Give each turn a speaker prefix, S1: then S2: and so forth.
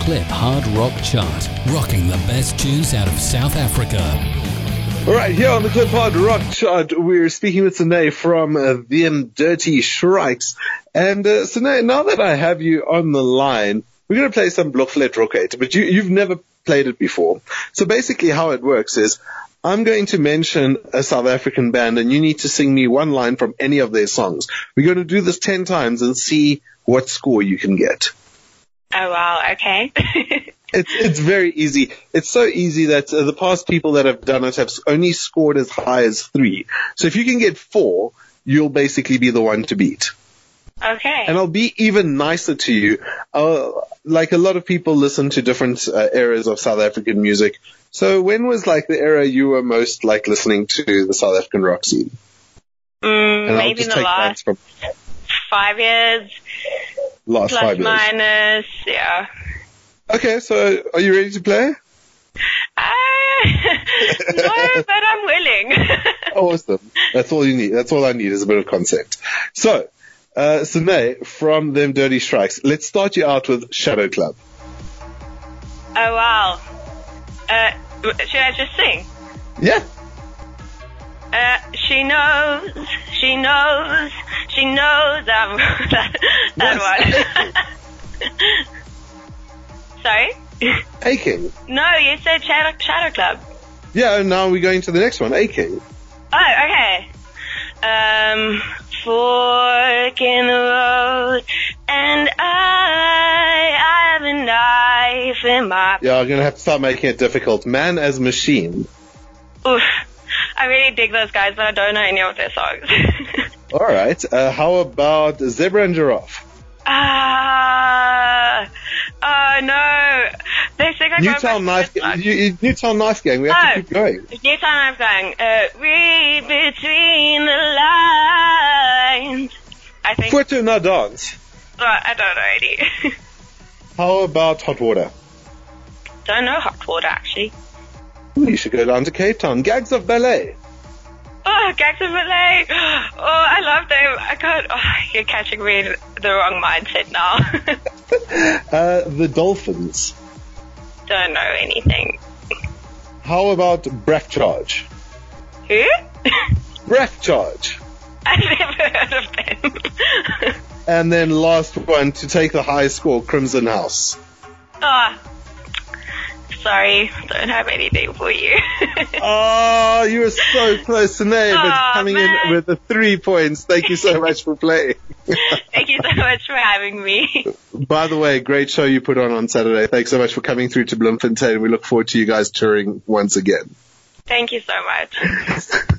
S1: Clip Hard Rock Chart, rocking the best tunes out of South Africa.
S2: All right, here on the Clip Hard Rock Chart, we're speaking with Sine from uh, Them Dirty Shrikes. And uh, Sine, now that I have you on the line, we're going to play some Blockflet Rocket, but you, you've never played it before. So basically, how it works is I'm going to mention a South African band, and you need to sing me one line from any of their songs. We're going to do this ten times and see what score you can get.
S3: Oh wow, okay.
S2: It's it's very easy. It's so easy that uh, the past people that have done it have s- only scored as high as three. So if you can get four, you'll basically be the one to beat.
S3: okay.
S2: And I'll be even nicer to you. Uh, like a lot of people listen to different uh, eras of South African music. So when was like the era you were most like listening to the South African rock scene?
S3: Mm,
S2: And I'll
S3: maybe in
S2: just
S3: the
S2: take
S3: last
S2: bands from
S3: five years,
S2: last
S3: plus
S2: five years.
S3: minus, yeah.
S2: Okay, so are you ready to play?
S3: Uh, no, but I'm willing.
S2: Awesome. That's all you need. That's all I need is a bit of concept. So, uh, Sine, from them Dirty Strikes, let's start you out with Shadow Club.
S3: oh wow. Uh, should I just sing?
S2: Yeah.
S3: Uh, she knows, she knows, she knows I'm that, that one. Sorry?
S2: Aching.
S3: No, you said Shadow, Shadow Club.
S2: Yeah, and now we're going to the next one, Aching.
S3: Oh, okay. Um, fork in the road, and I, I have a knife in my.
S2: Yeah, I'm going to have to start making it difficult. Man as Machine.
S3: Oof. I really dig those guys, but I don't know any of their songs.
S2: All right. Uh, how about Zebra and Giraffe?
S3: Ah, oh no! They think I got
S2: Newtown Knife, you, you, Newtown Knife Gang. We have to
S3: Oh.
S2: keep going.
S3: New time I'm going. Uh, read between the lines. I think.
S2: Foot in a Dance.
S3: Oh, I don't know any.
S2: How about Hot Water?
S3: don't know hot water actually.
S2: Ooh, you should go down to Cape Town. Gags of Ballet.
S3: Oh, Gags and Malay. Oh, I love them. I can't. Oh, you're catching me in the wrong mindset now.
S2: Uh, the Dolphins.
S3: Don't know anything.
S2: How about Breath Charge?
S3: Who?
S2: Breath Charge.
S3: I've never heard of them.
S2: And then last one to take the high score, Crimson House.
S3: oh, sorry. Don't have anything for you.
S2: Oh, you were so close to name, but
S3: Aw,
S2: coming in
S3: man.
S2: with the three points. Thank you so much for playing.
S3: Thank you so much for having me.
S2: By the way, great show you put on on Saturday. Thanks so much for coming through to Bloemfontein. We look forward to you guys touring once again.
S3: Thank you so much.